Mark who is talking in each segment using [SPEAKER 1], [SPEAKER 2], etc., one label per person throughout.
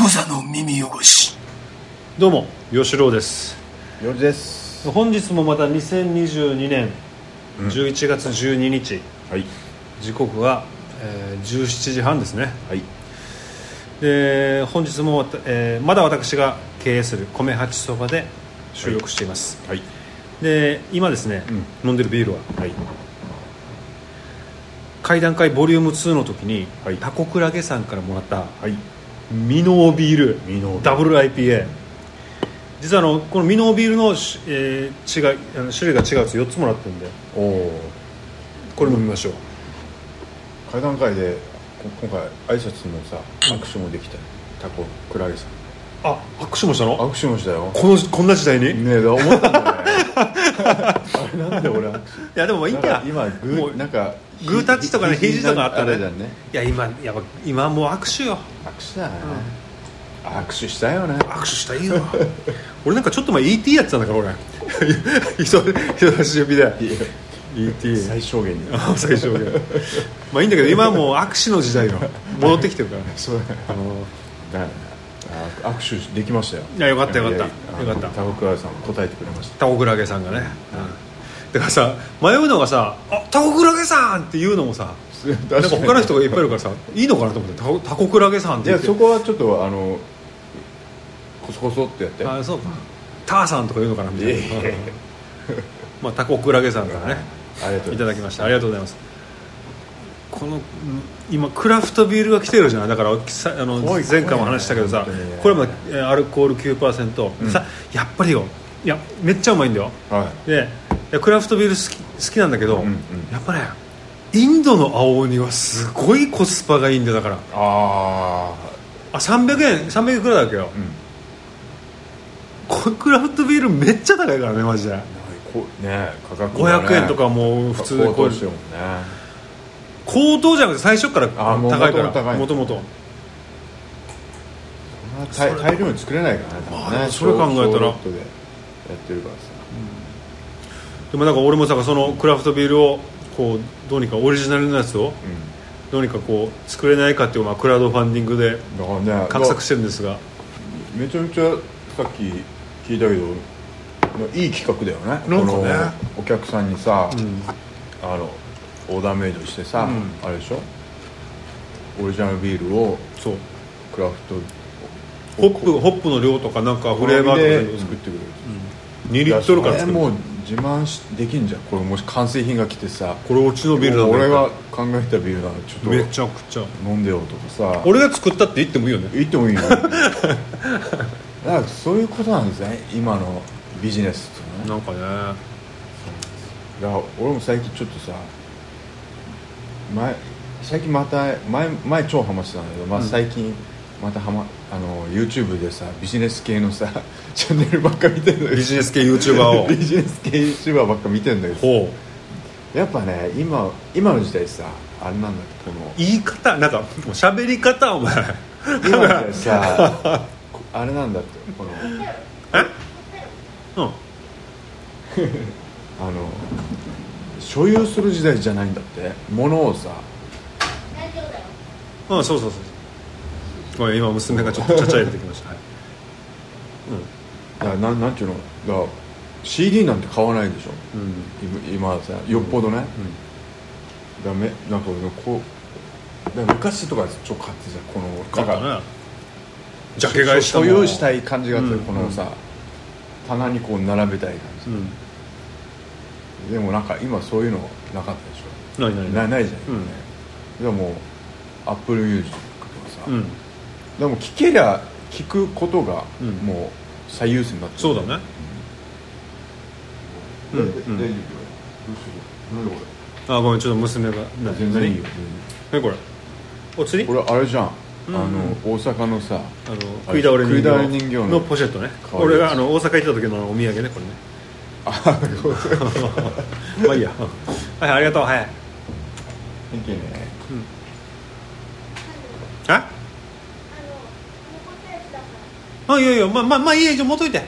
[SPEAKER 1] 無座の耳汚し
[SPEAKER 2] どうも吉郎です
[SPEAKER 3] 夜です
[SPEAKER 2] 本日もまた2022年11月12日、
[SPEAKER 3] はい
[SPEAKER 2] 時刻は、えー17時半ですね
[SPEAKER 3] はい
[SPEAKER 2] で本日も、えーまだ私が経営する米八そばで収録しています、
[SPEAKER 3] はい
[SPEAKER 2] で今ですね、飲んでるビールは
[SPEAKER 3] はい
[SPEAKER 2] 階段階ボリューム2の時に、
[SPEAKER 3] はい
[SPEAKER 2] タコクラゲさんからもらった
[SPEAKER 3] はい
[SPEAKER 2] ミノービール
[SPEAKER 3] ミノービール
[SPEAKER 2] ダブル IPA 実はあのこのミノービールのし、えー違いあの種類が違うやつ4つもらってるんで
[SPEAKER 3] おお
[SPEAKER 2] これ飲みましょう、
[SPEAKER 3] 階段階でこ今回挨拶もさ握手もできたよタコクラゲさん
[SPEAKER 2] あ拍手もしたの
[SPEAKER 3] 握手もしたよ
[SPEAKER 2] このこんな時代に、い
[SPEAKER 3] ねえだ思ったんだよねあれなんで俺握
[SPEAKER 2] やでもいい
[SPEAKER 3] 手
[SPEAKER 2] んだ
[SPEAKER 3] 今グ
[SPEAKER 2] も
[SPEAKER 3] ー
[SPEAKER 2] う
[SPEAKER 3] なんかひ
[SPEAKER 2] グータッチとかね
[SPEAKER 3] ひ
[SPEAKER 2] 肘とかあったね
[SPEAKER 3] れだね
[SPEAKER 2] いや今やっぱ今はもう握手よ
[SPEAKER 3] 握手だね握手したよね
[SPEAKER 2] 握手したいよ 俺なんかちょっと前 ET やってたんだから俺 人人差し指で ET
[SPEAKER 3] 最小限に
[SPEAKER 2] あ 最初がまあいいんだけど今はもう握手の時代よ戻ってきてるからね
[SPEAKER 3] そうだね
[SPEAKER 2] あの
[SPEAKER 3] だよねあ握手できましたよ
[SPEAKER 2] いやよかったよかった
[SPEAKER 3] いやいや
[SPEAKER 2] よかった
[SPEAKER 3] タコクラゲさん答えてくれました
[SPEAKER 2] タコクラゲさんがね、うん、だからさ迷うのがさ「あタコクラゲさん!」って言うのもさなんか他の人がいっぱいいるからさいいのかなと思って「タコタコクラゲさん」って
[SPEAKER 3] い
[SPEAKER 2] 言
[SPEAKER 3] や
[SPEAKER 2] って
[SPEAKER 3] そこはちょっとあのこそこそってやって
[SPEAKER 2] あそうか「ターさん」とか言うのかなみたい
[SPEAKER 3] いやい
[SPEAKER 2] な、
[SPEAKER 3] やいや
[SPEAKER 2] まあ、タコクラゲさんからね、
[SPEAKER 3] ありがとう
[SPEAKER 2] いた
[SPEAKER 3] ございま
[SPEAKER 2] だきましたありがとうございますこのうん今クラフトビールが来てるじゃないだからさあの
[SPEAKER 3] 怖い
[SPEAKER 2] 前回も話したけどさ
[SPEAKER 3] 怖いね
[SPEAKER 2] これもえーアルコール9%、さやっぱりよいやめっちゃうまいんだよ
[SPEAKER 3] すはい
[SPEAKER 2] でいやクラフトビール好き好きなんだけど、
[SPEAKER 3] んうん
[SPEAKER 2] やっぱねインドの青鬼はすごいコスパがいいんだよだから
[SPEAKER 3] あ
[SPEAKER 2] あ300円300円くらいだっけよ、
[SPEAKER 3] ん
[SPEAKER 2] こクラフトビールめっちゃ高いからねマジで
[SPEAKER 3] あこうね価格がね
[SPEAKER 2] 500円とかもう普通でこ
[SPEAKER 3] 高
[SPEAKER 2] う
[SPEAKER 3] 騰してるもんね
[SPEAKER 2] 高騰じゃなくて最初から
[SPEAKER 3] あもう
[SPEAKER 2] 高い
[SPEAKER 3] 元々
[SPEAKER 2] から
[SPEAKER 3] 高い
[SPEAKER 2] もともと
[SPEAKER 3] そんな大大量に作れないからね多分
[SPEAKER 2] まあ
[SPEAKER 3] ね
[SPEAKER 2] それ考えたら
[SPEAKER 3] 小小ロットでやってるからさ
[SPEAKER 2] でもなんか俺もさそのクラフトビールをこうどうにかオリジナルのやつを
[SPEAKER 3] う
[SPEAKER 2] どうにかこう作れないかっていう、まあ、クラウドファンディングで
[SPEAKER 3] んだからね
[SPEAKER 2] 画策してるんですが
[SPEAKER 3] めちゃめちゃさっき聞いたけどいい企画だよね
[SPEAKER 2] なんかね
[SPEAKER 3] このお客さんにさ、あのオーダーメイドしてさ、あれでしょオリジナルビールを
[SPEAKER 2] そう
[SPEAKER 3] クラフト
[SPEAKER 2] ホップホップの量とかなんかフレーバーと
[SPEAKER 3] で
[SPEAKER 2] か
[SPEAKER 3] 作ってくれる、
[SPEAKER 2] 2リットルから
[SPEAKER 3] いや
[SPEAKER 2] 作
[SPEAKER 3] それ
[SPEAKER 2] る
[SPEAKER 3] もう自慢しできんじゃんこれもし完成品が来てさ
[SPEAKER 2] これうちのビールなんだ
[SPEAKER 3] 俺が考えたビールならち
[SPEAKER 2] め
[SPEAKER 3] ょっ
[SPEAKER 2] ちゃくちゃ
[SPEAKER 3] と飲んでよとかさ
[SPEAKER 2] 俺が作ったって言ってもいいよね
[SPEAKER 3] 言ってもいいよ だからそういうことなんですね今のビジネスとかね
[SPEAKER 2] なんかね
[SPEAKER 3] いや俺も最近ちょっとさ前最近また前前超ハマってたんだけど、まあ、最近またハマあの YouTube でさビジネス系のさチャンネルばっか見てるんだけど
[SPEAKER 2] ビジネス系 YouTuber を
[SPEAKER 3] ビジネス系 YouTuber ばっか見てるんだけど
[SPEAKER 2] ほう
[SPEAKER 3] やっぱね今今の時代さあれなんだけどこの
[SPEAKER 2] 言い方なんかもう喋り方お前
[SPEAKER 3] 今の時 代さこあれなんだってこの
[SPEAKER 2] うん
[SPEAKER 3] あの所有する時代じゃないんだって物をさ
[SPEAKER 2] うんそうそうそうごめん今娘がちょっとちゃちゃ入れてきました、はい
[SPEAKER 3] だからなんなんていうのだから CD なんて買わないでしょ
[SPEAKER 2] うん
[SPEAKER 3] 今今さよっぽどね、だめなんかこうだから昔とかちょっと買ってさこの
[SPEAKER 2] 買っ
[SPEAKER 3] なん
[SPEAKER 2] た
[SPEAKER 3] か
[SPEAKER 2] ねジャケ買いした
[SPEAKER 3] 所
[SPEAKER 2] もん
[SPEAKER 3] 有したい感じがあって、
[SPEAKER 2] うん
[SPEAKER 3] このさ棚にこう並べたい感じ、
[SPEAKER 2] うん
[SPEAKER 3] でもなんか今そういうのなかった
[SPEAKER 2] 何
[SPEAKER 3] でしょ
[SPEAKER 2] 何
[SPEAKER 3] な
[SPEAKER 2] 何
[SPEAKER 3] ないじゃん、
[SPEAKER 2] うん
[SPEAKER 3] ねでもアップルミュージックとかさ、
[SPEAKER 2] うん
[SPEAKER 3] でも聴けりゃ聴くことが
[SPEAKER 2] うん
[SPEAKER 3] もう最優先になってる
[SPEAKER 2] そうだねうん
[SPEAKER 3] で
[SPEAKER 2] うん
[SPEAKER 3] 大丈夫どうしようなんでこ
[SPEAKER 2] あごめんちょっと娘が
[SPEAKER 3] れ
[SPEAKER 2] 何
[SPEAKER 3] 全然いいよ
[SPEAKER 2] 何これお釣り
[SPEAKER 3] これあれじゃん、
[SPEAKER 2] うん
[SPEAKER 3] あの大阪のさ
[SPEAKER 2] あの食い倒れ人
[SPEAKER 3] 食い倒れ人
[SPEAKER 2] 形
[SPEAKER 3] 形
[SPEAKER 2] の
[SPEAKER 3] の
[SPEAKER 2] ポシェットね
[SPEAKER 3] 可愛い
[SPEAKER 2] 俺があの大阪行った時のお土産ねこれね あまあいいやはいありがとうはい
[SPEAKER 3] いけね
[SPEAKER 2] ああいいよいいよまあまあまあいいよじゃあ持っといて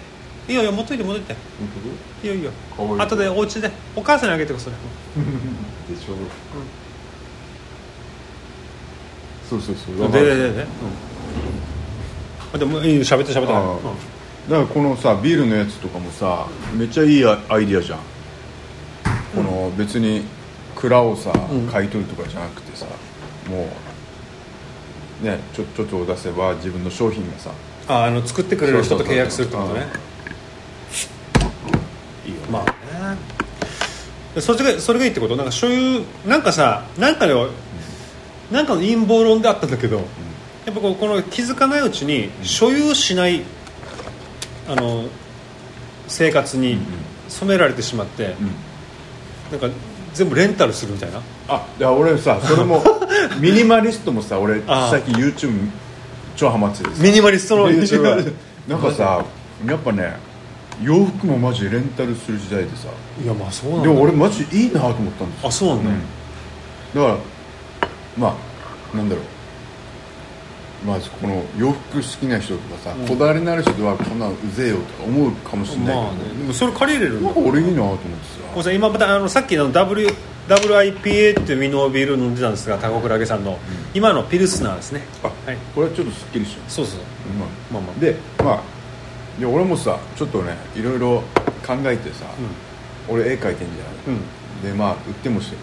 [SPEAKER 2] いいよいいよ持っといて持っといていいよいいよ
[SPEAKER 3] 可愛い
[SPEAKER 2] 後でお家でお母さんにあげてくそれ
[SPEAKER 3] でしょ、そうそうそう
[SPEAKER 2] でででで、あでもいいよ喋って喋って
[SPEAKER 3] あーだからこのさビールのやつとかもさめっちゃいいアアイディアじゃんこの別に蔵をさ
[SPEAKER 2] うん
[SPEAKER 3] 買い取るとかじゃなくてさ、もうねちょちょっとを出せば自分の商品がさ
[SPEAKER 2] ああの作ってくれる人と契約するってことね
[SPEAKER 3] いいよ
[SPEAKER 2] まあねでそれがそれがいいってことなんかそういうなんかさなんかではなんかの陰謀論であったんだけど、やっぱこうこの気づかないうちに所有しない、あの生活に染められてしまって、
[SPEAKER 3] ん
[SPEAKER 2] なんか全部レンタルするみたいな
[SPEAKER 3] あいや俺さそ れもミニマリストもさ俺
[SPEAKER 2] あー
[SPEAKER 3] 最近 YouTube 超ハマっててさ
[SPEAKER 2] ミニマリストの YouTube
[SPEAKER 3] なんかさやっぱね洋服もマジレンタルする時代でさ
[SPEAKER 2] いやまあそうなん
[SPEAKER 3] で
[SPEAKER 2] だ
[SPEAKER 3] も俺マジいいなと思ったんですよ
[SPEAKER 2] あそうなんだ、
[SPEAKER 3] だからまあなんだろうまあこの洋服好きな人とかさ、こだわりのある人はこんなんうぜえよとか思うかもしれない
[SPEAKER 2] まあ
[SPEAKER 3] けど、
[SPEAKER 2] ねでもそれ借りれるんだ
[SPEAKER 3] なんか俺いいなと思って
[SPEAKER 2] これさ今またあのさっきの W WIPA っていうミノービール飲んでたんですがタコクラゲさんの、今のピルスナーですね
[SPEAKER 3] さ、
[SPEAKER 2] はい
[SPEAKER 3] これはちょっとすっきりしちゃ
[SPEAKER 2] そうそう
[SPEAKER 3] う、まあ
[SPEAKER 2] まあまあ
[SPEAKER 3] でまあで俺もさちょっとねいろいろ考えてさ、俺絵描いてんじゃん、でまあ売ってもして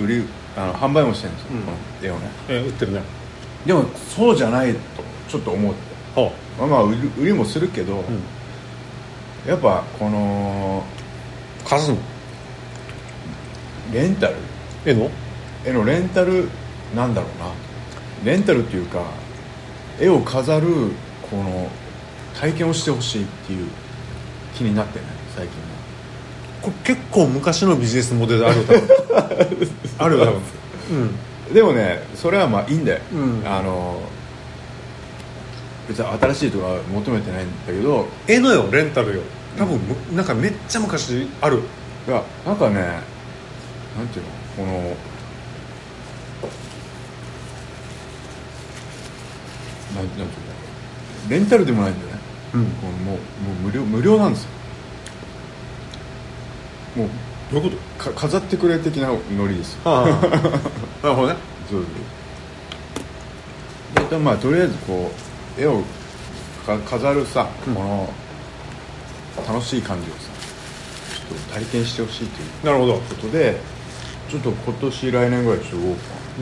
[SPEAKER 3] 売売りあの販売もしてるんですよ、
[SPEAKER 2] うん
[SPEAKER 3] この絵をね
[SPEAKER 2] えー売ってるね
[SPEAKER 3] でもそうじゃないとちょっと思って
[SPEAKER 2] ほ
[SPEAKER 3] まあまあ売り売りもするけど、
[SPEAKER 2] う、うん、
[SPEAKER 3] やっぱこの
[SPEAKER 2] 貸すの
[SPEAKER 3] レンタル
[SPEAKER 2] えの
[SPEAKER 3] 絵のレンタルなんだろうなレンタルっていうか絵を飾るこの体験をしてほしいっていう気になってない最近は
[SPEAKER 2] これ結構昔のビジネスモデルあるよ多 分 あるよ多分
[SPEAKER 3] でもねそれはまあいいんだよ、
[SPEAKER 2] うん
[SPEAKER 3] あの別に新しいとかは求めてないんだけど
[SPEAKER 2] 絵のよレンタルよ多分むなんかめっちゃ昔ある
[SPEAKER 3] いやなんかねなんていうのこのなんなんていうんだろうレンタルでもないんだよね
[SPEAKER 2] うん
[SPEAKER 3] このもうもう無料無料なんですよもう
[SPEAKER 2] どういうこ
[SPEAKER 3] か飾ってくれ的なノリですよ
[SPEAKER 2] とああ なるほどね
[SPEAKER 3] そうそうでまあとりあえずこう絵をか飾るさ、この楽しい感じをさちょっと体験してほしいという
[SPEAKER 2] なるほど
[SPEAKER 3] ことでちょっと今年来年ぐらいちょっと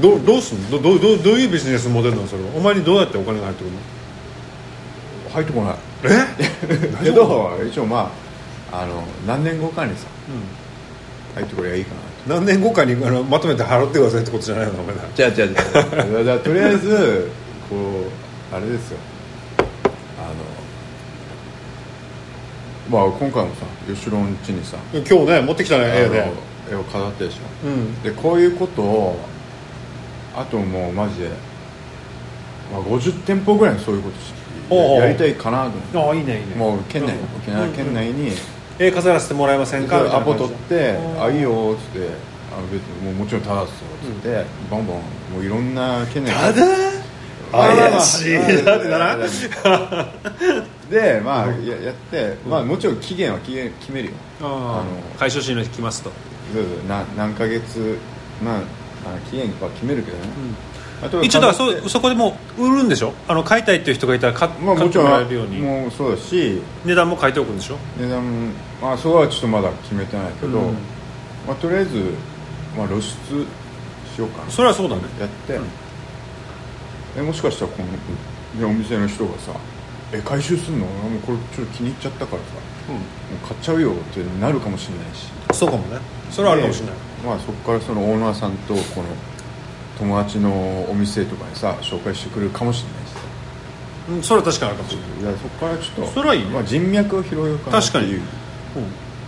[SPEAKER 3] 動
[SPEAKER 2] ど
[SPEAKER 3] こう
[SPEAKER 2] うどうすんのどどどうどういうビジネスモデルなのそれはお前にどうやってお金が入ってくるの
[SPEAKER 3] かな入ってこない
[SPEAKER 2] え
[SPEAKER 3] けど一応まああの何年後かにさ、入ってこればいいかなと
[SPEAKER 2] 何年後かにあのまとめて払ってくださいってことじゃないのお前ら
[SPEAKER 3] じゃあじゃあじゃあだからとりあえずこうあれですよあのまあ今回もさ吉郎ん家にさ
[SPEAKER 2] 今日ね持ってきたね
[SPEAKER 3] あの
[SPEAKER 2] 絵で
[SPEAKER 3] 絵を飾ったでしょ
[SPEAKER 2] うん
[SPEAKER 3] でこういうことをあともうマジで、まあ、50店舗ぐらいにそういうことし
[SPEAKER 2] おうおう
[SPEAKER 3] やりたいかなと思って
[SPEAKER 2] ああいいねいいね
[SPEAKER 3] もう県
[SPEAKER 2] ん
[SPEAKER 3] 内沖縄県内に
[SPEAKER 2] 絵飾らせてもらえませんかみたい
[SPEAKER 3] ア
[SPEAKER 2] な
[SPEAKER 3] ポ
[SPEAKER 2] 感じ
[SPEAKER 3] 取って
[SPEAKER 2] う
[SPEAKER 3] 「
[SPEAKER 2] ん
[SPEAKER 3] あいいよ」っつってあの別にもうもちろんタダっすよっつって、バンバンもういろんな県内から
[SPEAKER 2] ただ怪しいなってな らん
[SPEAKER 3] でまあややって、まあ、もちろん期限は期限決めるよあの
[SPEAKER 2] 解消しの日来ますと
[SPEAKER 3] そうそうな何ヶ月まああ期限は決めるけどね、あとは
[SPEAKER 2] 一応だか
[SPEAKER 3] 買
[SPEAKER 2] ら
[SPEAKER 3] って
[SPEAKER 2] そそこでもう売るんでしょあの買いたいっていう人がいたら買,、
[SPEAKER 3] まあ
[SPEAKER 2] 買
[SPEAKER 3] も
[SPEAKER 2] っ
[SPEAKER 3] ち
[SPEAKER 2] て
[SPEAKER 3] ろ
[SPEAKER 2] も
[SPEAKER 3] ん
[SPEAKER 2] らえるように
[SPEAKER 3] もうそうだし
[SPEAKER 2] 値段も書いておくんでしょ
[SPEAKER 3] 値段もまあそこはちょっとまだ決めてないけど、
[SPEAKER 2] うん
[SPEAKER 3] まあ、とりあえず、まあ、露出しようかな
[SPEAKER 2] それはそうだね
[SPEAKER 3] やって、えもしかしたらこの、ね、お店の人がさ「え回収すんの俺もうこれちょっと気に入っちゃったからさ、もう買っちゃうよ」ってなるかもしれないし
[SPEAKER 2] そうかもねそれはあるかもしれない
[SPEAKER 3] でまあ、そこからそのオーナーさんとこの友達のお店とかにさ紹介してくれるかもしれないしさ
[SPEAKER 2] うんそれは確かにあるかもしれない
[SPEAKER 3] いやそこからちょっと
[SPEAKER 2] それはいいね
[SPEAKER 3] まあ、人脈を広げようかなって
[SPEAKER 2] 確かに
[SPEAKER 3] いう、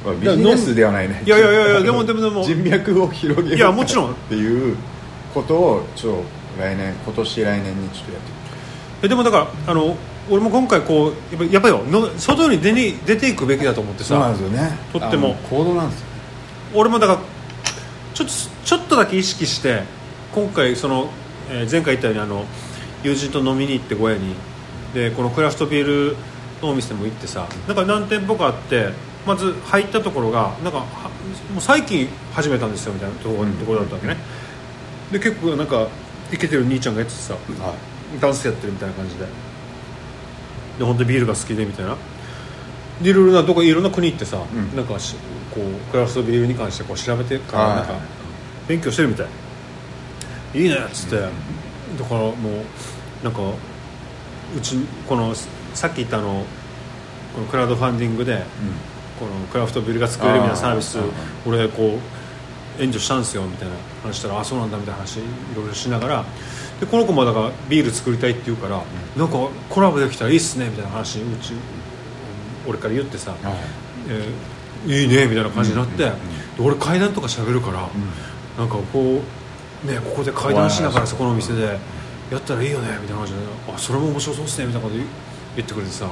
[SPEAKER 2] うん
[SPEAKER 3] まあ、ビジネスではないね
[SPEAKER 2] いやいやいやいやでもでもでも
[SPEAKER 3] 人脈を広げよう
[SPEAKER 2] いやもちろん
[SPEAKER 3] っていうことをちょっと来年今年来年にちょっとやっていく
[SPEAKER 2] えでもだからあの俺も今回こうやっぱやっぱよの外に出に出ていくべきだと思って
[SPEAKER 3] そうな
[SPEAKER 2] さ
[SPEAKER 3] んですよね
[SPEAKER 2] とっても
[SPEAKER 3] あの行動なんですよ
[SPEAKER 2] 俺もだからちょっとちょっとだけ意識して今回その、えー前回言ったようにあの友人と飲みに行って小屋にでこのクラフトビールのお店も行ってさなんか何店舗かあってまず入ったところがなんかはもう最近始めたんですよみたいなところ,、ところだったわけねで結構なんかイケてる兄ちゃんがやっててさ
[SPEAKER 3] は
[SPEAKER 2] ダンスやってるみたいな感じでで本当にビールが好きでみたいなでいろいろなどこいろんな国行ってさ、
[SPEAKER 3] うん
[SPEAKER 2] なんかしこうクラフトビールに関してこう調べてから
[SPEAKER 3] はい
[SPEAKER 2] なんか勉強してるみたいいいねっつって、だからもうなんかうちこのさっき言ったあのこのクラウドファンディングでこのクラフトビールが作れるみたいなサービス
[SPEAKER 3] あー
[SPEAKER 2] 俺こう援助したんですよみたいな話したらあそうなんだみたいな話いろいろしながらでこの子もだからビール作りたいって言うから、なんかコラボできたらいいっすねみたいな話うち俺から言ってさ、
[SPEAKER 3] はい
[SPEAKER 2] えーいいねみたいな感じになって、
[SPEAKER 3] うんうん
[SPEAKER 2] で俺階段とか喋るから、なんかこうねここで階段しながらそこのお店でやったらいいよねみたいな感じであそれも面白そうですねみたいなこと言言ってくれてさ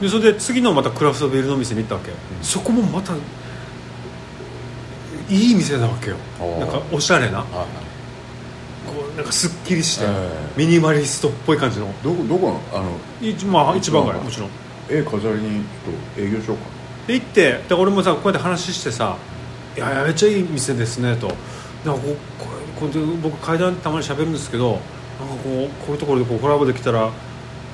[SPEAKER 2] でそれで次のまたクラフトビールの店に行ったわけ、そこもまたいい店なわけよ
[SPEAKER 3] おー
[SPEAKER 2] なんかおしゃれなこ
[SPEAKER 3] はいう
[SPEAKER 2] なんかすっきりして、
[SPEAKER 3] え
[SPEAKER 2] ミニマリストっぽい感じの
[SPEAKER 3] どこどこのあの
[SPEAKER 2] 一,、まあ、一番街もちろん
[SPEAKER 3] 絵飾りにちょっと営業しようか
[SPEAKER 2] で行ってで俺もさこうやって話してさ「いやいやめっちゃいい店ですね」と「なんかこうこれこれで僕階段たまに喋るんですけどなんかこうこういうところでこうコラボできたら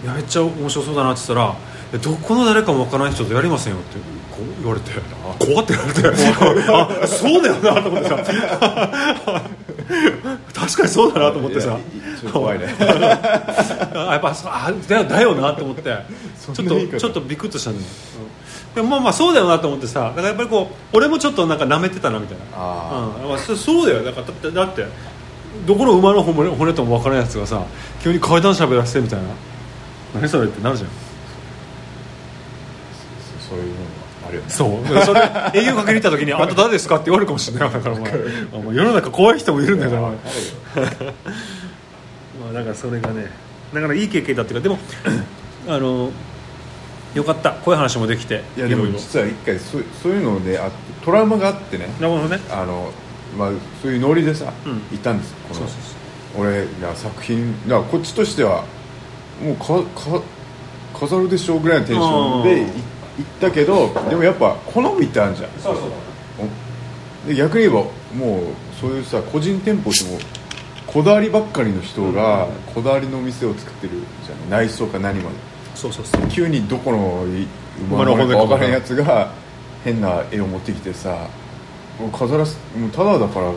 [SPEAKER 2] いやめっちゃ面白そうだな」って言ったら「いやどこの誰かもわからない人とやりませんよ」ってこう言われて怖って言われてあそうだよなと思ってさ 確かにそうだなと思って
[SPEAKER 3] い
[SPEAKER 2] さ
[SPEAKER 3] やいちょっと怖い ね
[SPEAKER 2] あや っぱそうあだよだよなと思って
[SPEAKER 3] そん
[SPEAKER 2] ち
[SPEAKER 3] な
[SPEAKER 2] ょ
[SPEAKER 3] 言
[SPEAKER 2] っ
[SPEAKER 3] い方
[SPEAKER 2] とちょっとビクッとしたね、でもまあまあそうだよなと思ってさだからやっぱりこう俺もちょっとなんか舐めてたなみたいな
[SPEAKER 3] あ
[SPEAKER 2] うんまあ、そそうだよだからだってだってどこの馬の骨骨とも分からないやつがさ急に階段しゃべらせてみたいな何それってなるじゃん
[SPEAKER 3] そそういうのがあるよね
[SPEAKER 2] そうだからそれ営業かけに行った時に「あんた誰ですか?」って言われるかもしれないよだからもう あもう世の中怖い人もいるんだから
[SPEAKER 3] あるよ
[SPEAKER 2] まあ、だからそれがねだからいい経験だっていうかで もあのよかったこういう話もできて
[SPEAKER 3] いやでも
[SPEAKER 2] ろろ
[SPEAKER 3] 実は一回そうそういうのであってトラウマがあってね
[SPEAKER 2] なるほどね
[SPEAKER 3] あの、まあ、そういうノリでさ、
[SPEAKER 2] うん
[SPEAKER 3] 行ったんですこの
[SPEAKER 2] そうそう
[SPEAKER 3] 俺が作品だからこっちとしてはもうかか飾るでしょうぐらいのテンションでい
[SPEAKER 2] うん
[SPEAKER 3] 行ったけどでもやっぱ好みってあるじゃん
[SPEAKER 2] そうそう
[SPEAKER 3] おで逆に言えばもうそういうさ個人店舗でもこだわりばっかりの人がこだわりの店を作ってるじゃん内装か何まで
[SPEAKER 2] そうそうそう
[SPEAKER 3] 急にどこのい
[SPEAKER 2] 馬
[SPEAKER 3] 馬
[SPEAKER 2] の
[SPEAKER 3] の
[SPEAKER 2] 骨か
[SPEAKER 3] 骨か分からへんやつが変な絵を持ってきてさもう飾らすもうただだからあのっ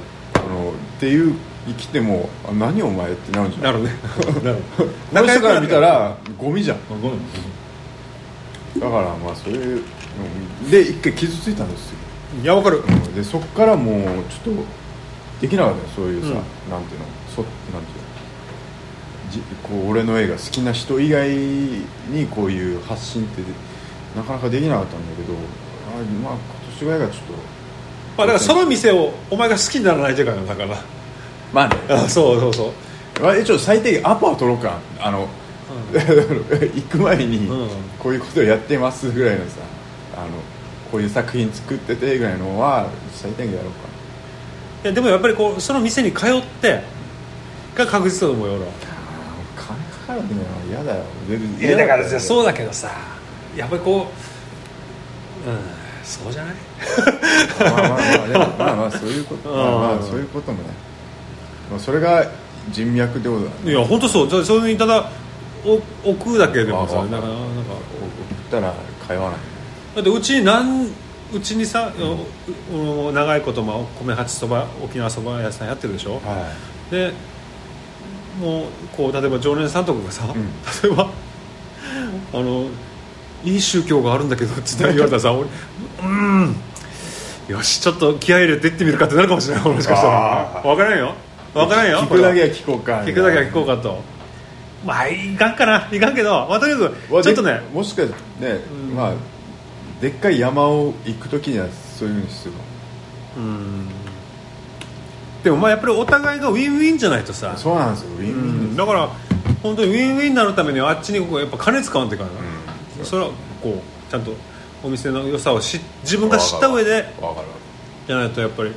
[SPEAKER 3] ていう生きてもあ何お前ってなるじゃん
[SPEAKER 2] なるね なる
[SPEAKER 3] この人から見たらゴミじゃん
[SPEAKER 2] ごめん
[SPEAKER 3] だからまあそういうので一回傷ついたんですよ
[SPEAKER 2] いやわかる
[SPEAKER 3] でそっからもうちょっとできなかったよそういうさ、
[SPEAKER 2] う
[SPEAKER 3] なんていうのそなんていうのじこう俺の映画好きな人以外にこういう発信ってなかなかできなかったんだけどあまあ今年ぐらいがちょっと
[SPEAKER 2] まあだからその店をお前が好きにならない世界なんだから
[SPEAKER 3] まあね
[SPEAKER 2] あ そうそうそう
[SPEAKER 3] ちょっと最低限アパを取ろうかあの、 行く前に
[SPEAKER 2] うん
[SPEAKER 3] こういうことをやってますぐらいのさあのこういう作品作っててぐらいのは最低限やろうか
[SPEAKER 2] いやでもやっぱりこうその店に通ってが確実だと思うよ俺は
[SPEAKER 3] あー金かかるのは嫌だよ
[SPEAKER 2] いやだからさ
[SPEAKER 3] う
[SPEAKER 2] そうだけどさやっぱりこううんそうじゃない
[SPEAKER 3] まあまあまあでもまあまあそういうこと
[SPEAKER 2] うん
[SPEAKER 3] まあまあそういうこともね、まあ、それが人脈ってことだね
[SPEAKER 2] いや本当そうそそれにただお置くだけでもさ
[SPEAKER 3] ああ
[SPEAKER 2] だからなんか
[SPEAKER 3] 送ったら通わない
[SPEAKER 2] だってうちなんうちにさ、おお長いことまあ米八そば沖縄そば屋さんやってるでしょ、
[SPEAKER 3] は
[SPEAKER 2] でもうこう例えば常連さんとかがさ、
[SPEAKER 3] うん
[SPEAKER 2] 例えばあのいい宗教があるんだけどって言われたらさ俺うんよしちょっと気合い入れて行ってみるかってなるかもしれないもしかしたら
[SPEAKER 3] あー
[SPEAKER 2] 分からんよ分からんよ
[SPEAKER 3] 聞くだけは聞こうか
[SPEAKER 2] 聞くだけは聞こうかとまあいかんかないかんけど、まあ、とりあえず
[SPEAKER 3] う
[SPEAKER 2] ちょっとね
[SPEAKER 3] もしかしてね、
[SPEAKER 2] うん
[SPEAKER 3] まあでっかい山を行く時にはそういうふうにする
[SPEAKER 2] うんでもまあやっぱりお互いがウィンウィンじゃないとさ
[SPEAKER 3] のそうなんですよウィンウィンです、
[SPEAKER 2] だから本当にウィンウィンになるためにはあっちにここやっぱ金使うんってからな、
[SPEAKER 3] うん
[SPEAKER 2] それはこうちゃんとお店の良さをし自分が知った上で
[SPEAKER 3] わかる
[SPEAKER 2] じゃないとやっぱりっ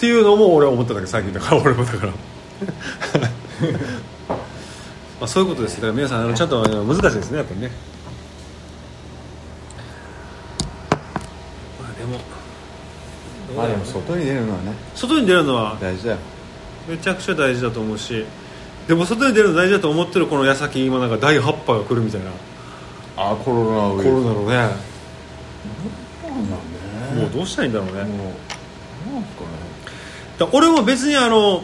[SPEAKER 2] ていうのも俺は思っただけ最近だから俺もだから まあそういうことですだから皆さんあのちゃんとあの難しいですねやっぱりねまあでもどう
[SPEAKER 3] ま
[SPEAKER 2] だろ
[SPEAKER 3] あ
[SPEAKER 2] う
[SPEAKER 3] で
[SPEAKER 2] ね
[SPEAKER 3] も外に出るのはね
[SPEAKER 2] 外に出るのは
[SPEAKER 3] 大事だよ
[SPEAKER 2] めちゃくちゃ大事だと思うしでも外に出るの大事だと思ってるこの矢先今なんか第8波が来るみたいな
[SPEAKER 3] あコロナウ
[SPEAKER 2] コ
[SPEAKER 3] イルス
[SPEAKER 2] ロナのね
[SPEAKER 3] そう
[SPEAKER 2] も
[SPEAKER 3] だ
[SPEAKER 2] うどうしたらいいんだろうね、
[SPEAKER 3] ねもうなんすかね
[SPEAKER 2] だ俺も別にあの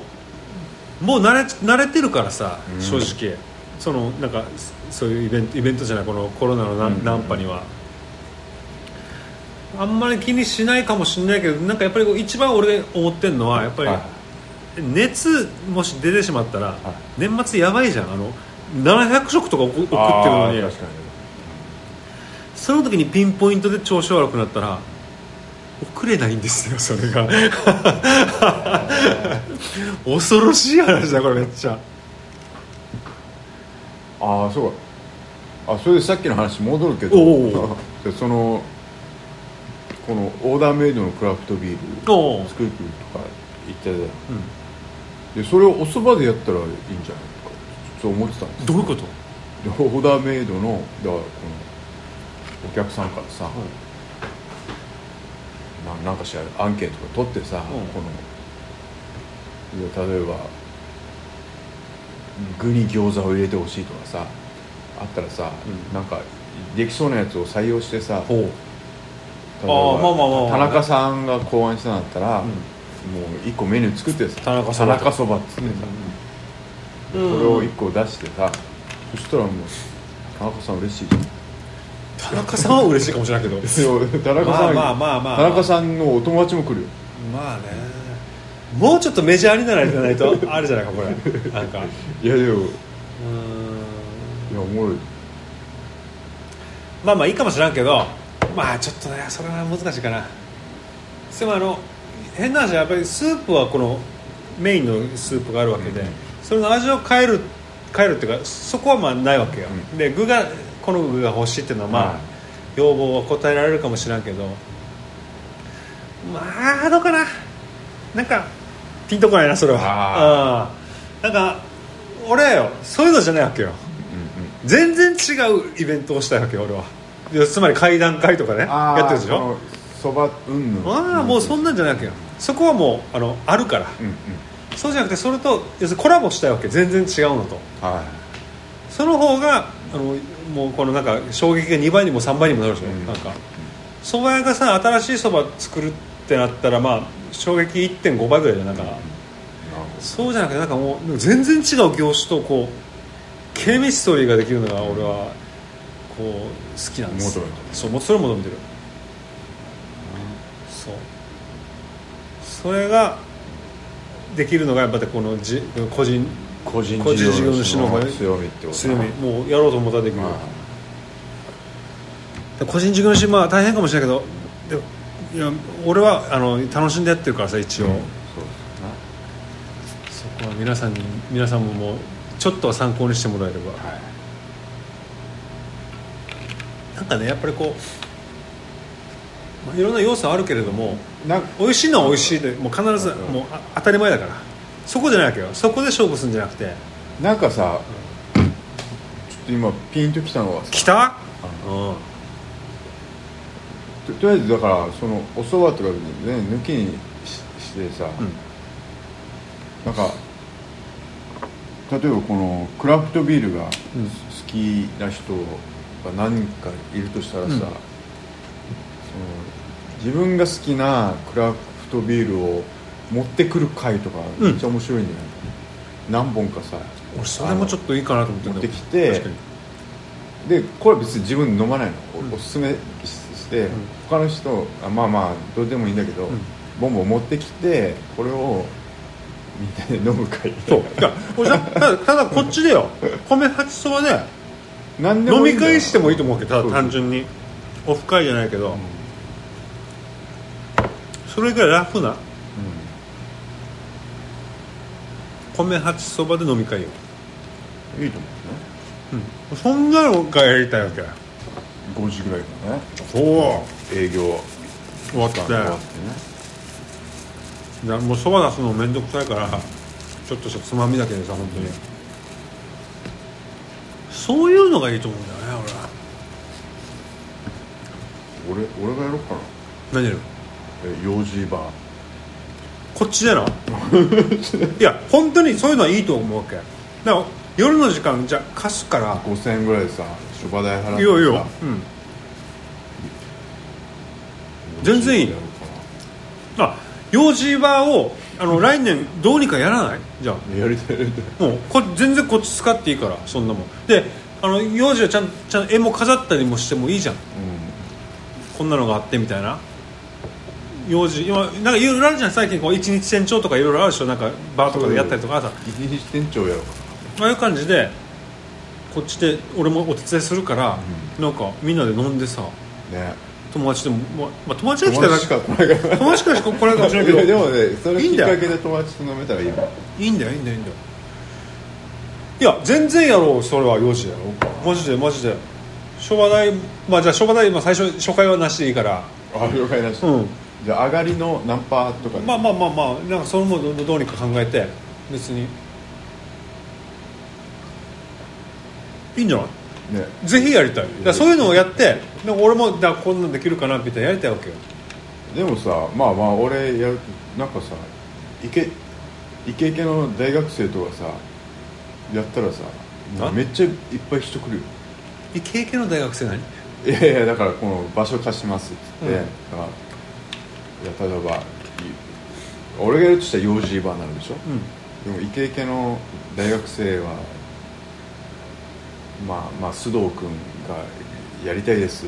[SPEAKER 2] もう慣れ慣れてるからさ、
[SPEAKER 3] うん
[SPEAKER 2] 正直そのなんかそそういうイベントイベントじゃないこのコロナのナ,、
[SPEAKER 3] うん
[SPEAKER 2] ナンパにはあんまり気にしないかもしれないけどなんかやっぱりこう一番俺が思ってるのはやっぱり、
[SPEAKER 3] はい
[SPEAKER 2] 熱もし出てしまったら、
[SPEAKER 3] は
[SPEAKER 2] 年末やばいじゃんあの700食とか送送ってるの
[SPEAKER 3] あー
[SPEAKER 2] に
[SPEAKER 3] 確かに
[SPEAKER 2] その時にピンポイントで調子悪くなったら送れないんですよそれが 恐ろしい話だこれめっちゃ
[SPEAKER 3] ああそうかあそれでさっきの話戻るけど
[SPEAKER 2] おうおう
[SPEAKER 3] でそのこのオーダーメイドのクラフトビール
[SPEAKER 2] おう
[SPEAKER 3] 作るとか言ってたじゃ
[SPEAKER 2] うん
[SPEAKER 3] んでそれをおそばでやったらいいんじゃないとかそう思ってたんです
[SPEAKER 2] どういうこと
[SPEAKER 3] でオーダーメイドのだからこのお客さんからさ、ななんかしらアンケートとか取ってさ、
[SPEAKER 2] うん
[SPEAKER 3] こので例えば具に餃子を入れてほしいとかさあったらさ、
[SPEAKER 2] うん
[SPEAKER 3] なんかできそうなやつを採用してさ例え
[SPEAKER 2] ほう
[SPEAKER 3] ば
[SPEAKER 2] あーまあまあまあまあ
[SPEAKER 3] 田中さんが考案したんだったら、
[SPEAKER 2] うん
[SPEAKER 3] もう一個メニュー作ってさ
[SPEAKER 2] 田中そば
[SPEAKER 3] 田中そばっつってさ、
[SPEAKER 2] う
[SPEAKER 3] そ
[SPEAKER 2] ん
[SPEAKER 3] れを一個出してさそしたらもう田中さん嬉しいじゃん
[SPEAKER 2] 田中さんは嬉しいかもしれないけど
[SPEAKER 3] いや田中さん、
[SPEAKER 2] まあまあまあまあ
[SPEAKER 3] 田中さんのお友達も来るよ
[SPEAKER 2] まあねもうちょっとメジャーにならないとあるじゃないかこれなんかう
[SPEAKER 3] いやでもい
[SPEAKER 2] ーん
[SPEAKER 3] やおもろい
[SPEAKER 2] まあまあいいかもしらんけどまあちょっとねそれは難しいかなでもあの変な話やっぱりスープはこのメインのスープがあるわけで、
[SPEAKER 3] うん
[SPEAKER 2] それの味を変える変えるっていうかそこはまあないわけよ、
[SPEAKER 3] う
[SPEAKER 2] で具がこの具が欲しいっていうのはまあ、
[SPEAKER 3] はい
[SPEAKER 2] 要望は答えられるかもしらんけどまあどうかななんかピンとこないなそれは
[SPEAKER 3] あ
[SPEAKER 2] うんなんか俺よそういうのじゃないわけよ
[SPEAKER 3] うん
[SPEAKER 2] 全然違うイベントをしたいわけよ俺はいやつまり会談会とかね
[SPEAKER 3] うんあー
[SPEAKER 2] やってるでし
[SPEAKER 3] こ
[SPEAKER 2] ょ
[SPEAKER 3] のそばうんぬん
[SPEAKER 2] ああもうそんなんじゃないわけよそこはもうあのあるから、
[SPEAKER 3] うんうん
[SPEAKER 2] そうじゃなくてそれと要するにコラボしたいわけ全然違うのと
[SPEAKER 3] は
[SPEAKER 2] その方があのもうこのなんか衝撃が2倍にも3倍にもなるでしょ、
[SPEAKER 3] うん
[SPEAKER 2] なんかそば屋がさ新しいそば作るってなったらまあ衝撃1.5倍ぐらいじゃないか
[SPEAKER 3] い
[SPEAKER 2] ら、
[SPEAKER 3] なるほ
[SPEAKER 2] そうじゃなくてなんかもう全然違う業種とこうケミストリーができるのが俺はこう好きなんです
[SPEAKER 3] 求めてる
[SPEAKER 2] そうもうそれも求めてるそうそれができるのがやっぱりこのじ個人
[SPEAKER 3] ど個人
[SPEAKER 2] 個人事業
[SPEAKER 3] 主
[SPEAKER 2] 主の方が
[SPEAKER 3] 強みってこと
[SPEAKER 2] 強みもうやろうと思ったらできる、
[SPEAKER 3] ま
[SPEAKER 2] 個人事業主まあ大変かもしれないけどでもいや俺はあの楽しんでやってるからさ一
[SPEAKER 3] あ
[SPEAKER 2] 応、
[SPEAKER 3] うんそうですな
[SPEAKER 2] そこは皆さんに皆さんももうちょっとは参考にしてもらえれば、
[SPEAKER 3] はい
[SPEAKER 2] なんかねやっぱりこう、まあ、いろんな要素あるけれども
[SPEAKER 3] なん
[SPEAKER 2] 美味しいのは美味しいでもう必ず
[SPEAKER 3] うん
[SPEAKER 2] もうあ当たり前だからそこじゃないわけよそこで勝負するんじゃなくて
[SPEAKER 3] なんかさちょっと今ピンときたのはさ
[SPEAKER 2] 来たうん
[SPEAKER 3] ととりあえずだからそのおそばとかね抜きにししてさ、
[SPEAKER 2] うん
[SPEAKER 3] なんか例えばこのクラフトビールが好
[SPEAKER 2] うん
[SPEAKER 3] きな人が何人かいるとしたらさ、
[SPEAKER 2] うん
[SPEAKER 3] その自分が好きなクラフトビールを持ってくる回とか
[SPEAKER 2] う
[SPEAKER 3] め
[SPEAKER 2] ん
[SPEAKER 3] っちゃ面白いんじゃない、何本かさ
[SPEAKER 2] 俺それもちょっといいかなと思ってんだ
[SPEAKER 3] 持ってきて
[SPEAKER 2] 確かに
[SPEAKER 3] でこれは別に自分飲まないのお,、
[SPEAKER 2] うん
[SPEAKER 3] おすすめしして、
[SPEAKER 2] ん
[SPEAKER 3] 他の人あまあまあどうでもいいんだけど、
[SPEAKER 2] ん
[SPEAKER 3] ボンボン持ってきてこれをみんなで飲む会
[SPEAKER 2] そういや俺さただただこっちでよ米八そばで
[SPEAKER 3] 何で
[SPEAKER 2] 飲
[SPEAKER 3] もいい
[SPEAKER 2] み
[SPEAKER 3] んだよ
[SPEAKER 2] 会してもいいと思うけどた
[SPEAKER 3] そう
[SPEAKER 2] だ
[SPEAKER 3] そう
[SPEAKER 2] 単純にオフ会じゃないけど、それぐらいラフな米八そばで飲み会よ、
[SPEAKER 3] うんいいと思
[SPEAKER 2] うん、そんなのがやりたいわけよ
[SPEAKER 3] うね5時ぐらいからね
[SPEAKER 2] そう
[SPEAKER 3] 営業
[SPEAKER 2] 終わって
[SPEAKER 3] 終わってね
[SPEAKER 2] いやもうそば出すの面倒くさいからちょっとしたつまみだけでさ本当にそういうのがいいと思うんだよね俺は
[SPEAKER 3] 俺俺がやろうかな
[SPEAKER 2] 何やる
[SPEAKER 3] え用事バ
[SPEAKER 2] こっちでないや本当にそういうのはいいと思うわけだから夜の時間じゃ貸すから
[SPEAKER 3] 5000円ぐらいでさ諸場代払っ
[SPEAKER 2] い
[SPEAKER 3] て
[SPEAKER 2] いよいいよ
[SPEAKER 3] さ、
[SPEAKER 2] うん、全然いいよあ用事場をあの来年どうにかやらないじゃあ
[SPEAKER 3] やりたいやりたい
[SPEAKER 2] もうこ全然こっち使っていいからそんなもんであの用事はちゃんちゃん絵も飾ったりもしてもいいじゃんこんなのがあってみたいな用事今なんかいろいろあるじゃん最近こう一日船長とかいろいろあるでしょなんかバーとかでやったりとかさ
[SPEAKER 3] 一日店長やろうか
[SPEAKER 2] ああいう感じでこっちで俺もお手伝いするから、なんかみんなで飲んでさ
[SPEAKER 3] なね
[SPEAKER 2] 友達でも、まあまあ、友達が来
[SPEAKER 3] 友
[SPEAKER 2] た
[SPEAKER 3] 達
[SPEAKER 2] ら
[SPEAKER 3] しか来ないから
[SPEAKER 2] 友達からしか来ないかもしれ ないけど
[SPEAKER 3] でもねそれ
[SPEAKER 2] いい
[SPEAKER 3] き
[SPEAKER 2] ん
[SPEAKER 3] っ
[SPEAKER 2] だよ
[SPEAKER 3] かけで友達と飲めたらいいよ
[SPEAKER 2] いいんだよいいんだよいいんだよいや全然やろうそれは4時やろうマジでマジで昭和大まあじゃあ昭和大、まあ、最初初回はなしでいいから
[SPEAKER 3] あ了解なし、
[SPEAKER 2] うん
[SPEAKER 3] じゃあ上がりのナンパとか、
[SPEAKER 2] まあまあまあまあなんかそれもどどうにか考えて別にいいんじゃない
[SPEAKER 3] ね
[SPEAKER 2] ぜひやりたいだからそういうのをやってなんか俺もだからこんなんできるかなみたいなやりたいわけよ
[SPEAKER 3] でもさまあまあ俺やるなんかさイケイケイケの大学生とかさやったらさ
[SPEAKER 2] あ
[SPEAKER 3] めっちゃいっぱい人来るよ
[SPEAKER 2] イケイケの大学生何
[SPEAKER 3] いやいやだからこの場所貸しますっつって、
[SPEAKER 2] うん
[SPEAKER 3] だからいや例えばい俺がやるとしたら幼児バーになるでしょ、
[SPEAKER 2] うん
[SPEAKER 3] でもイケイケの大学生はまあまあ須藤君がやりたいです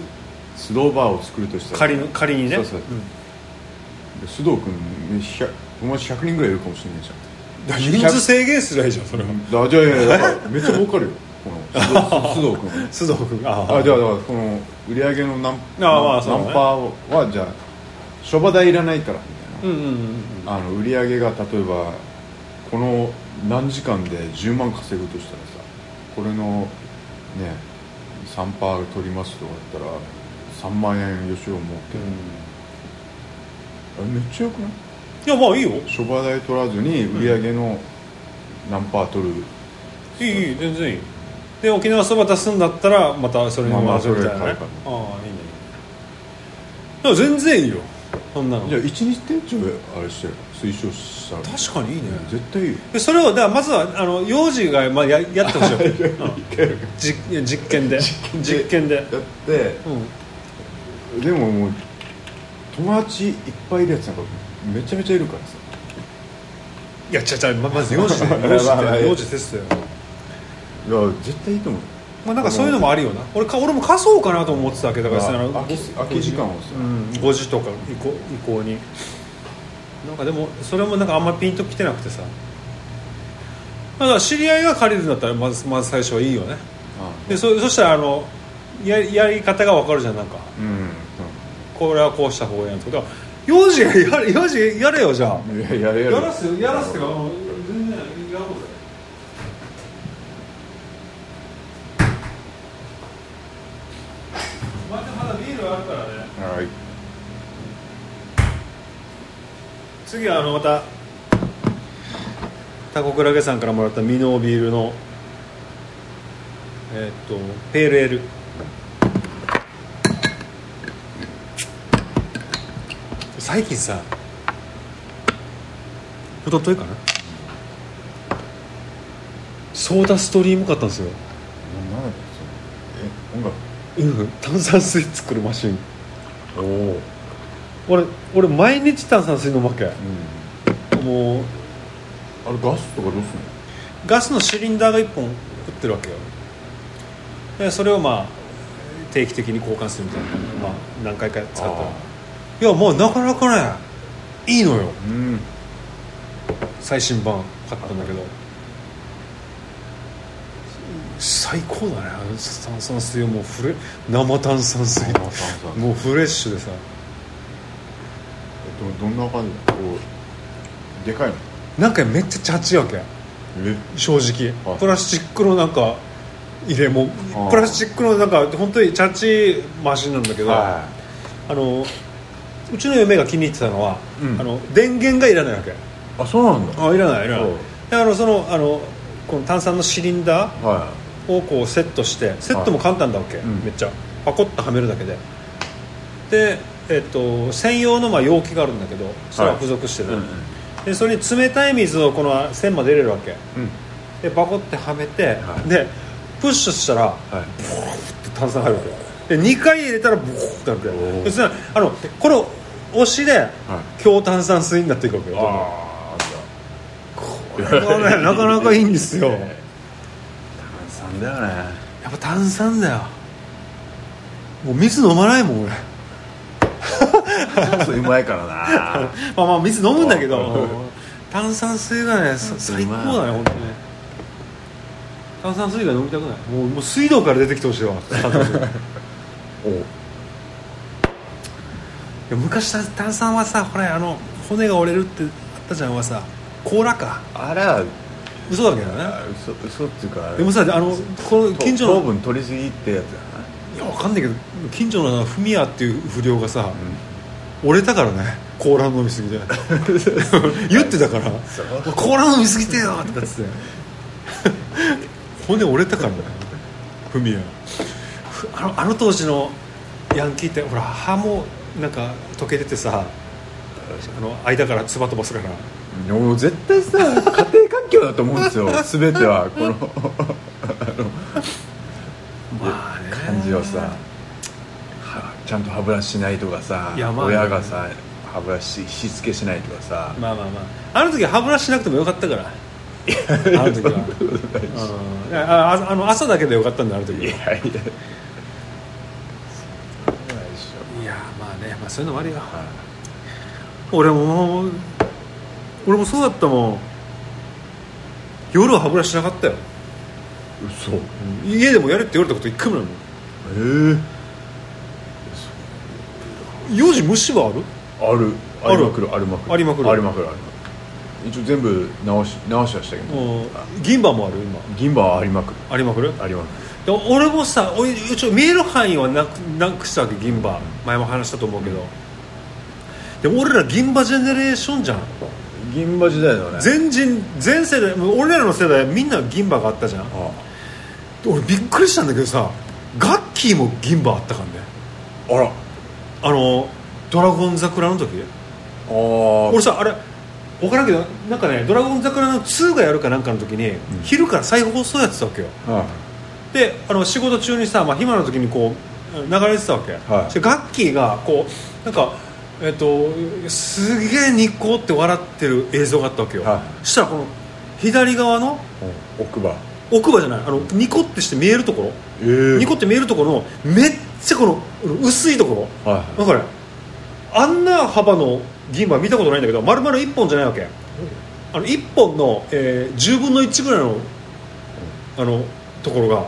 [SPEAKER 3] 須藤バーを作るとしたら
[SPEAKER 2] 仮の仮にね
[SPEAKER 3] そうそう須藤君ひゃお前100人ぐらいいるかもしれないじゃん
[SPEAKER 2] うん人数制限すりゃいいじゃんそれは
[SPEAKER 3] 100あじゃあいやいやだからめっちゃ儲かるよこの須藤須藤君
[SPEAKER 2] 須藤君あ
[SPEAKER 3] あじゃあだからこの売り上げのナン
[SPEAKER 2] あま
[SPEAKER 3] ナ
[SPEAKER 2] あ
[SPEAKER 3] ン
[SPEAKER 2] そうだね
[SPEAKER 3] ナンパをはじゃあ諸場代いらないからみたい
[SPEAKER 2] うんうんうん
[SPEAKER 3] な、あの売り上げが例えばこの何時間で10万稼ぐとしたらさこれのね3パー取りますとかだったら3万円吉を儲ける、あれめっちゃよくない
[SPEAKER 2] いやまあいいよ
[SPEAKER 3] 諸場代取らずに売り上げの何パー取る、
[SPEAKER 2] いいいい全然いいで沖縄そば出すんだったらまたそれに
[SPEAKER 3] まあまあ
[SPEAKER 2] 回るみたい
[SPEAKER 3] そ
[SPEAKER 2] な
[SPEAKER 3] れ
[SPEAKER 2] ね
[SPEAKER 3] 買う
[SPEAKER 2] ああいいねいや全然いいよそんなの
[SPEAKER 3] じゃあ一日店長あれしてる推奨したら
[SPEAKER 2] 確かにいいね
[SPEAKER 3] 絶対いいよ
[SPEAKER 2] でそれをだからまずはあの幼児が、まあ、やや ってほしいわけ、うんじ実験で実験で
[SPEAKER 3] やって
[SPEAKER 2] うん
[SPEAKER 3] でももう友達いっぱいいるやつなんかめちゃめちゃいるからさ
[SPEAKER 2] いや違う違うま まず幼児で幼
[SPEAKER 3] まあ
[SPEAKER 2] 児
[SPEAKER 3] まあ
[SPEAKER 2] で幼児テストよ
[SPEAKER 3] いや絶対いいと思う
[SPEAKER 2] まあなんかそういうのもあるよな俺か俺も貸そうかなと思ってたわけだからさ
[SPEAKER 3] まあ
[SPEAKER 2] あの
[SPEAKER 3] 空き空き時間をさ
[SPEAKER 2] うん、5時とか以降以降になんかでもそれもなんかあんまピンときてなくてさだから知り合いが借りるんだったらまずまず最初はいいよねでそそしたらあのややり方が分かるじゃんなんか
[SPEAKER 3] うん、
[SPEAKER 2] これはこうした方がいいなとか幼児がやれ幼児やれよじゃあ
[SPEAKER 3] うん、いややるや
[SPEAKER 2] や
[SPEAKER 3] る
[SPEAKER 2] らすやらすってかあの全然やろうぜまだまだビールあるからね
[SPEAKER 3] はい
[SPEAKER 2] 次はあのまたタコクラゲさんからもらったミノービールのえーっとペールエール最近さおとといかなソーダストリーム買ったんですよ
[SPEAKER 3] 何だっけそれえ音楽
[SPEAKER 2] うん炭酸水作るマシン
[SPEAKER 3] おおうん
[SPEAKER 2] 俺俺毎日炭酸水飲むわけもう
[SPEAKER 3] あれガスとかどうすんの
[SPEAKER 2] ガスのシリンダーが1本売ってるわけよでそれをまあ定期的に交換するみたいな、まあ、何回か使ったら
[SPEAKER 3] あ
[SPEAKER 2] いやもうなかなかねいいのよ
[SPEAKER 3] うん
[SPEAKER 2] 最新版買ったんだけど最高だねあの炭酸水はもうフレ生炭酸水
[SPEAKER 3] 生炭酸水
[SPEAKER 2] もうフレッシュでさ
[SPEAKER 3] どどんな感じだこうでかいの
[SPEAKER 2] なんかめっちゃチャチいわけ
[SPEAKER 3] え
[SPEAKER 2] 正直
[SPEAKER 3] はい
[SPEAKER 2] プラスチックのなんか入れも
[SPEAKER 3] あー
[SPEAKER 2] プラスチックのなんか本当にチャチいマシンなんだけど、
[SPEAKER 3] は
[SPEAKER 2] あのうちの嫁が気に入ってたのは、
[SPEAKER 3] うん
[SPEAKER 2] あの電源がいらないわけ
[SPEAKER 3] いあそうなんだ
[SPEAKER 2] あいらないいらない
[SPEAKER 3] そう
[SPEAKER 2] であのそのあのこの炭酸のシリンダー
[SPEAKER 3] は
[SPEAKER 2] をこうセットしてセットも簡単だわけ、
[SPEAKER 3] うん
[SPEAKER 2] めっちゃパコッとはめるだけでで、えっと、専用のまあ容器があるんだけどそれは付属して
[SPEAKER 3] い
[SPEAKER 2] る、でそれに冷たい水をこの線まで入れるわけ
[SPEAKER 3] うん
[SPEAKER 2] でバコってはめて、
[SPEAKER 3] はい
[SPEAKER 2] でプッシュしたら
[SPEAKER 3] はい
[SPEAKER 2] 炭酸入るわけで2回入れたらボコッてなる
[SPEAKER 3] お
[SPEAKER 2] わ
[SPEAKER 3] ー
[SPEAKER 2] けそしたらあのこの押しで、強炭酸水になっていくわけよ
[SPEAKER 3] ああ
[SPEAKER 2] これはねなかなかいいんです よ
[SPEAKER 3] 炭酸だよね
[SPEAKER 2] やっぱ炭酸だよもう水飲まないもん俺
[SPEAKER 3] そううまいから な
[SPEAKER 2] まあまあ水飲むんだけ
[SPEAKER 3] う
[SPEAKER 2] ど
[SPEAKER 3] ん
[SPEAKER 2] 炭酸水がねさ最高だね本当にね炭酸水が飲みたくないもうもう水道から出てきてほ しいわ炭酸水い
[SPEAKER 3] おう
[SPEAKER 2] や昔炭炭酸はさほらあの骨が折れるってあったじゃんはさ甲羅か
[SPEAKER 3] あら
[SPEAKER 2] 嘘だけどね
[SPEAKER 3] 嘘嘘っていうか
[SPEAKER 2] でもさあのこの
[SPEAKER 3] と
[SPEAKER 2] 近所
[SPEAKER 3] 糖
[SPEAKER 2] の
[SPEAKER 3] 分取りすぎってやつだな
[SPEAKER 2] や
[SPEAKER 3] い
[SPEAKER 2] わかんないけど近所のフミヤっていう不良がさ、折れたからねコーラ飲みすぎて 言ってたから
[SPEAKER 3] そう
[SPEAKER 2] 「コーラ飲みすぎてよ」とかっつって骨折れたからねフミヤふあのあの当時のヤンキーってほら歯もなんか溶けててさあの間から唾飛ばすから
[SPEAKER 3] いやもう絶対さ家庭環境だと思う んですよ全てはこの
[SPEAKER 2] まあね
[SPEAKER 3] 感じをさはちゃんと歯ブラシしないとかさ、
[SPEAKER 2] いやまあね
[SPEAKER 3] 親がさ歯ブラシしつけしないと かさ、
[SPEAKER 2] まあまあまああの時は歯ブラシしなくてもよか ったからあの時はうんあああの朝だけでよかったんだあの時
[SPEAKER 3] い
[SPEAKER 2] は
[SPEAKER 3] やいやそうでしょ
[SPEAKER 2] いやまあね、まあ、そういうのもあるよ
[SPEAKER 3] は
[SPEAKER 2] 俺も俺もそうだったもん夜は歯ブラシしなかったよ
[SPEAKER 3] い嘘え
[SPEAKER 2] 家でもやれって言われたこと一回もないも
[SPEAKER 3] えー、
[SPEAKER 2] ん4時虫歯ある
[SPEAKER 3] ある
[SPEAKER 2] ある
[SPEAKER 3] ありまくるありまくる
[SPEAKER 2] ありまくる
[SPEAKER 3] ありまくるありまくる一応全部直し直しはしたけど、
[SPEAKER 2] うん銀歯もある今
[SPEAKER 3] 銀歯はありまくる
[SPEAKER 2] ありまくる
[SPEAKER 3] ありまく
[SPEAKER 2] で俺もさおいうち見える範囲はなくなくしたわけ銀歯前も話したと思うけどでも俺ら銀歯ジェネレーションじゃん
[SPEAKER 3] る銀歯時代だね
[SPEAKER 2] 全人全世代もう俺らの世代みんな銀歯があったじゃん
[SPEAKER 3] あ
[SPEAKER 2] 俺びっくりしたんだけどさガッキーも銀歯あったからね
[SPEAKER 3] あらあ
[SPEAKER 2] あの「ドラゴン桜」の時
[SPEAKER 3] あー
[SPEAKER 2] 俺さあれ分からんけどなんかね「ドラゴン桜」の2がやるかなんかの時に、昼から再放送やってたわけよ
[SPEAKER 3] は
[SPEAKER 2] であの仕事中にさ、まあ、暇な時にこう流れてたわけ、
[SPEAKER 3] はい
[SPEAKER 2] そしてガッキーがこうなんかえっとすげえニコって笑ってる映像があったわけよ、
[SPEAKER 3] は
[SPEAKER 2] そしたらこの左側の
[SPEAKER 3] い奥歯
[SPEAKER 2] 奥歯じゃないあのニコってして見えるところ、
[SPEAKER 3] ええ
[SPEAKER 2] ニコって見えるところのめっちゃこの薄いところ、
[SPEAKER 3] は
[SPEAKER 2] だからあんな幅の銀歯見たことないんだけど丸々1本じゃないわけあの1本の、えー10分の1ぐらいのあのところが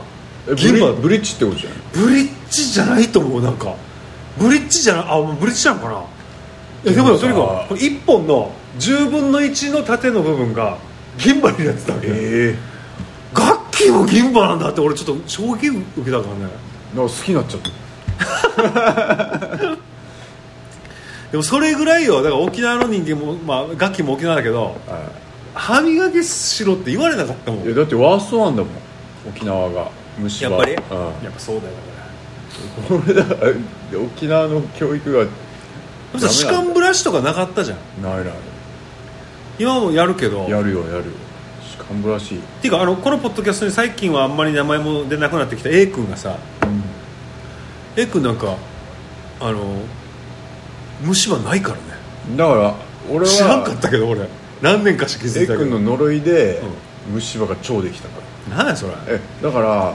[SPEAKER 3] いえ
[SPEAKER 2] 銀歯
[SPEAKER 3] ブリブリッジってことじゃない
[SPEAKER 2] ブリッジじゃないと思うなんかブリッジじゃなあもうブリッジなのかなえで
[SPEAKER 3] で
[SPEAKER 2] も
[SPEAKER 3] も
[SPEAKER 2] と
[SPEAKER 3] さ
[SPEAKER 2] にかく1本の10分の1の縦の部分が銀歯になってたわけ、
[SPEAKER 3] え
[SPEAKER 2] 楽器も銀歯なんだって俺ちょっと衝撃受けたからね
[SPEAKER 3] えなんか好きになっちゃった
[SPEAKER 2] でもそれぐらいよだから沖縄の人間も、まあ、楽器も沖縄だけど歯磨きしろって言われなかったもん
[SPEAKER 3] いやだってワーストワンだもん沖縄が虫歯
[SPEAKER 2] やっぱり
[SPEAKER 3] うん
[SPEAKER 2] やっぱそうだよ
[SPEAKER 3] これだで沖縄の教育が
[SPEAKER 2] だから歯間ブラシとかなかったじゃん
[SPEAKER 3] ないな
[SPEAKER 2] 今もやるけど
[SPEAKER 3] いやるよやるよ歯間ブラシ
[SPEAKER 2] っていうかあのこのポッドキャストに最近はあんまり名前も出なくなってきた A 君がさ A 君なんかあの虫歯ないからね
[SPEAKER 3] だから俺は
[SPEAKER 2] 知らんかったけど俺何年かして気づ
[SPEAKER 3] A
[SPEAKER 2] いたけ
[SPEAKER 3] 君
[SPEAKER 2] ど
[SPEAKER 3] の呪いで虫歯が超できたから
[SPEAKER 2] 何やそれ
[SPEAKER 3] えだから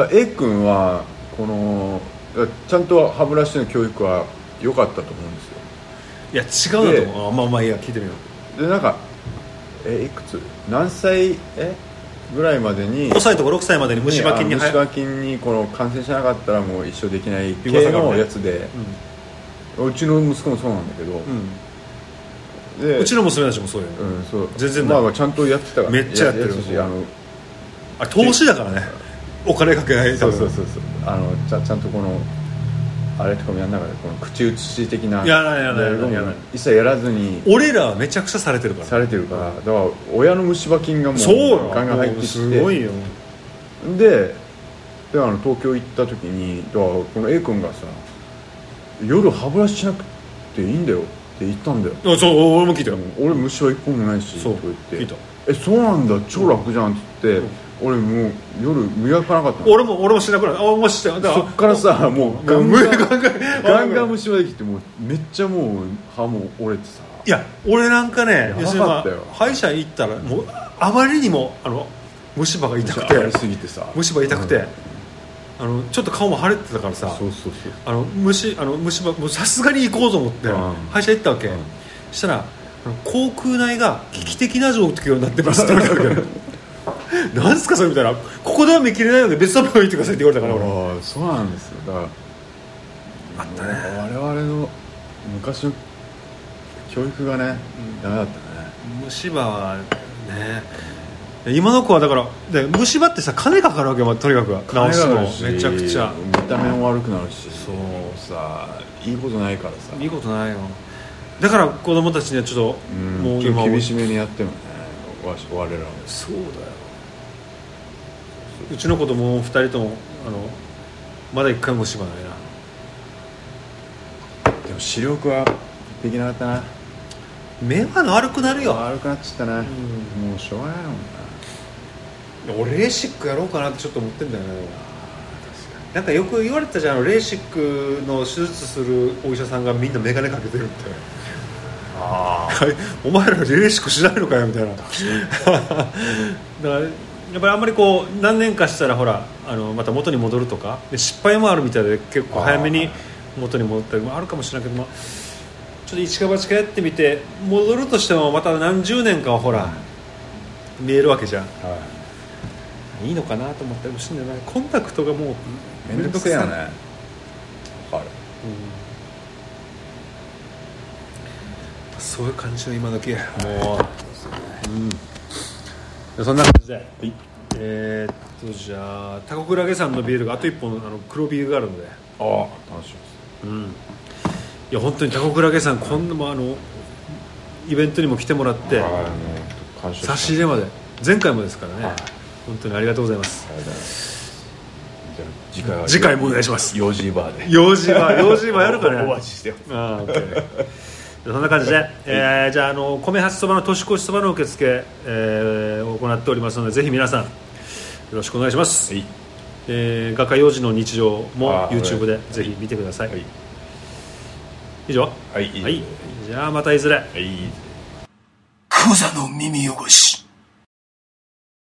[SPEAKER 3] だから A 君はこのだからちゃんと歯ブラシの教育は良かったと思うんですよ
[SPEAKER 2] いや違うなと思うあまあまあいいや聞いてみよ
[SPEAKER 3] でなんかえいくつ何歳えぐらいまでに
[SPEAKER 2] う5歳とか6歳までに虫歯菌に
[SPEAKER 3] ねあ
[SPEAKER 2] 入
[SPEAKER 3] 虫歯菌にこの感染しなかったらもう一生できない
[SPEAKER 2] 噂が
[SPEAKER 3] 系
[SPEAKER 2] あるね
[SPEAKER 3] のやつで、うちの息子もそうなんだけど、で
[SPEAKER 2] うん、うちの娘たちもそうよ、
[SPEAKER 3] うんそう
[SPEAKER 2] 全然だ
[SPEAKER 3] まあまあちゃんとやってたから
[SPEAKER 2] めっちゃやってる
[SPEAKER 3] たしあの
[SPEAKER 2] あ投資だからねお金かけない
[SPEAKER 3] そ
[SPEAKER 2] と
[SPEAKER 3] うそうそうそうあのちゃちゃんとこのあれとかもやんながらこの口移し的な
[SPEAKER 2] やらないやらないやらないやらない
[SPEAKER 3] 一切やらずに
[SPEAKER 2] 俺らはめちゃくちゃされてるから
[SPEAKER 3] されてるからだから親の虫歯菌がも
[SPEAKER 2] そうよ
[SPEAKER 3] うガンガン入ってきて
[SPEAKER 2] すごいよ
[SPEAKER 3] でであの東京行った時にだからこの A 君がさ「夜歯ブラシしなくていいんだよ」って言ったんだよ
[SPEAKER 2] あそう俺も聞いたよ
[SPEAKER 3] 「俺虫歯一本もないし」
[SPEAKER 2] そう
[SPEAKER 3] とか言って
[SPEAKER 2] 聞いた
[SPEAKER 3] 「えそうなんだ超楽じゃん」っつって、俺もう夜磨かなかったの
[SPEAKER 2] 俺も俺もしなくなるあもうしてだ
[SPEAKER 3] そっからさもうガ
[SPEAKER 2] ガン
[SPEAKER 3] ン
[SPEAKER 2] ガ
[SPEAKER 3] ガ
[SPEAKER 2] ン
[SPEAKER 3] ン ガンガン
[SPEAKER 2] い
[SPEAKER 3] 虫まで来てもうめっちゃもう歯も折れてさ
[SPEAKER 2] や俺なんかね
[SPEAKER 3] ば
[SPEAKER 2] 要するにま
[SPEAKER 3] か
[SPEAKER 2] あ
[SPEAKER 3] ったよ
[SPEAKER 2] 歯医者行ったらもうあまりにもあの虫歯が痛く
[SPEAKER 3] あり
[SPEAKER 2] て
[SPEAKER 3] すぎてさ
[SPEAKER 2] 虫歯痛く
[SPEAKER 3] う
[SPEAKER 2] て
[SPEAKER 3] ん
[SPEAKER 2] あのちょっと顔も腫れてたからさ
[SPEAKER 3] そうそうそう
[SPEAKER 2] あの虫あの虫歯もうさすがに行こうと思って
[SPEAKER 3] うん
[SPEAKER 2] 歯医者行ったわけ、
[SPEAKER 3] うん
[SPEAKER 2] したらあの口腔内が危機的な状況になってますって言われたわけなんすかそれみたいなここでは見切れないので別の病院行ってくださいって言われたから俺
[SPEAKER 3] ああそうなんですよだから
[SPEAKER 2] あったね
[SPEAKER 3] 我々の昔の教育が
[SPEAKER 2] う
[SPEAKER 3] ね、
[SPEAKER 2] ん
[SPEAKER 3] ダメだったね
[SPEAKER 2] 虫歯はね今の子はだからで虫歯ってさ金かかるわけよまあとにかく治すのめちゃくちゃ
[SPEAKER 3] 見た目も悪くなるし
[SPEAKER 2] そう
[SPEAKER 3] さいいことないからさ
[SPEAKER 2] 見事ないよだから子供たちにはちょっと、
[SPEAKER 3] うん
[SPEAKER 2] もう
[SPEAKER 3] ちょっ
[SPEAKER 2] 今
[SPEAKER 3] と
[SPEAKER 2] は
[SPEAKER 3] 厳しめにやってもねわし我らは
[SPEAKER 2] そうだようちの子供2人ともあのまだ1回も虫歯ないな
[SPEAKER 3] でも視力はできなかったな
[SPEAKER 2] 目は悪くなるよ
[SPEAKER 3] 悪くなっちゃったね、もうしょうがないもんな
[SPEAKER 2] 俺レーシックやろうかなってちょっと思ってんだよねなんかよく言われてたじゃんあのレーシックの手術するお医者さんがみんな眼鏡かけてるって
[SPEAKER 3] ああ
[SPEAKER 2] お前らレーシックしないのかよみたいなだからやっぱりあんまりこう何年かしたらほらあのまた元に戻るとかで失敗もあるみたいで結構早めに元に戻ったりもあるかもしれないけど、まあ、ちょっと一か八かやってみて戻るとしてもまた何十年かはほら見えるわけじゃんいいのかなと思ったりもしてんだよなコンタクトがもう
[SPEAKER 3] 面倒くせえよねわかる
[SPEAKER 2] うんそういう感じの今時もう、うん、そんな感じで、えーっとじゃあタコクラゲさんのビールがあと1本あの黒ビールがあるので、
[SPEAKER 3] ああ楽しみです
[SPEAKER 2] うん、いや本当にタコクラゲさんこんなもうあのイベントにも来てもらって
[SPEAKER 3] はいもう感謝しま
[SPEAKER 2] 差し
[SPEAKER 3] す
[SPEAKER 2] 入れまで前回もですからね、
[SPEAKER 3] はい
[SPEAKER 2] 本当にありがとうございます
[SPEAKER 3] ありがとうございますじゃあ次回は
[SPEAKER 2] 次回もお願いします
[SPEAKER 3] 4時バーで
[SPEAKER 2] 用事 は用事はやるからね
[SPEAKER 3] お味してよ
[SPEAKER 2] あー OK そんな感じで、えーじゃああの米発そばの年越しそばの受付、えーを行っておりますのでぜひ皆さんよろしくお願いします、
[SPEAKER 3] はい
[SPEAKER 2] えー、画家幼児の日常も
[SPEAKER 3] あー
[SPEAKER 2] YouTube
[SPEAKER 3] は
[SPEAKER 2] で
[SPEAKER 3] い
[SPEAKER 2] ぜひ見てください、
[SPEAKER 3] はい
[SPEAKER 2] 以上
[SPEAKER 3] はい
[SPEAKER 2] じゃあまたいずれ
[SPEAKER 3] はい
[SPEAKER 1] クザの耳汚し